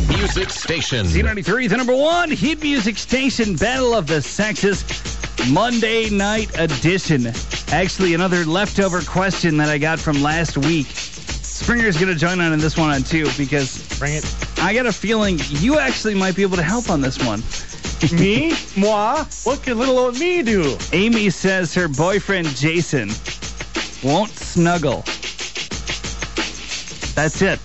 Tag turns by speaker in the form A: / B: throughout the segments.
A: music station.
B: Z93, the number one hit music station, Battle of the Sexes, Monday night edition. Actually, another leftover question that I got from last week. Springer's going to join on in this one on two because
C: Bring it.
B: I got a feeling you actually might be able to help on this one.
C: Me? Moi? What can little old me do?
B: Amy says her boyfriend Jason won't snuggle. That's it.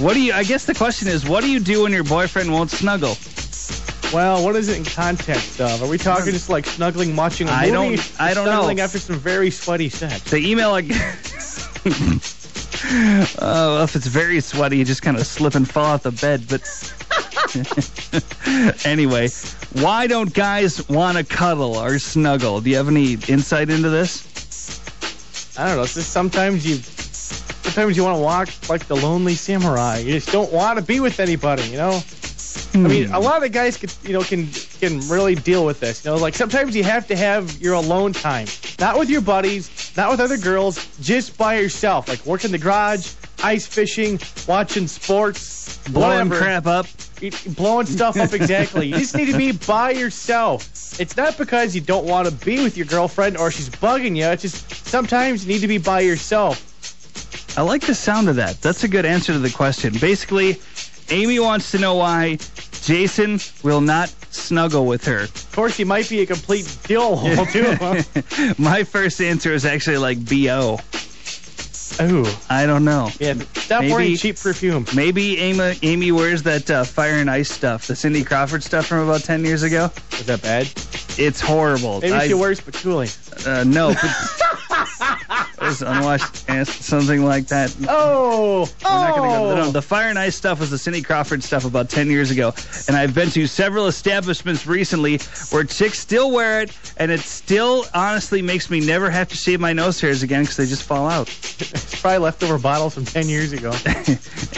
B: What do you? I guess the question is, what do you do when your boyfriend won't snuggle?
C: Well, what is it in context of? Are we talking just like snuggling, watching a
B: I
C: movie?
B: don't-
C: or
B: I don't know.
C: snuggling after some very sweaty sex.
B: The email, like, oh, if it's very sweaty, you just kind of slip and fall off the bed. But anyway, why don't guys want to cuddle or snuggle? Do you have any insight into this?
C: I don't know. It's just sometimes you, sometimes you want to walk like the lonely samurai. You just don't want to be with anybody. You know. I mean,
B: Hmm.
C: a lot of guys can, you know, can can really deal with this. You know, like sometimes you have to have your alone time, not with your buddies, not with other girls, just by yourself. Like work in the garage, ice fishing, watching sports,
B: blowing
C: whatever.
B: crap up.
C: You- blowing stuff up exactly. you just need to be by yourself. It's not because you don't want to be with your girlfriend or she's bugging you. It's just sometimes you need to be by yourself.
B: I like the sound of that. That's a good answer to the question. Basically, Amy wants to know why Jason will not snuggle with her.
C: Of course, you might be a complete dillhole too. huh?
B: My first answer is actually like BO.
C: Ooh,
B: I don't know.
C: yeah. Stop
B: Maybe-
C: wearing cheap perfume.
B: Maybe Amy, Amy wears that uh, fire and ice stuff, the Cindy Crawford stuff from about 10 years ago.
C: Is that bad?
B: It's horrible.
C: Maybe
B: I-
C: she wears patchouli.
B: uh, no. But, it was unwashed ass, something like that.
C: Oh,
B: We're not gonna go to the- no,
C: oh.
B: the fire and ice stuff was the Cindy Crawford stuff about 10 years ago. And I've been to several establishments recently where chicks still wear it, and it still honestly makes me never have to shave my nose hairs again because they just fall out.
C: It's probably leftover bottles from ten years ago.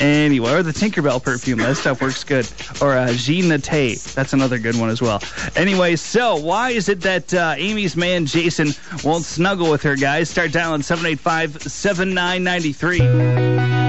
B: Anyway, or the Tinkerbell perfume. That stuff works good. Or uh, Jean Nate. That's another good one as well. Anyway, so why is it that uh, Amy's man Jason won't snuggle with her, guys? Start dialing 785 7993.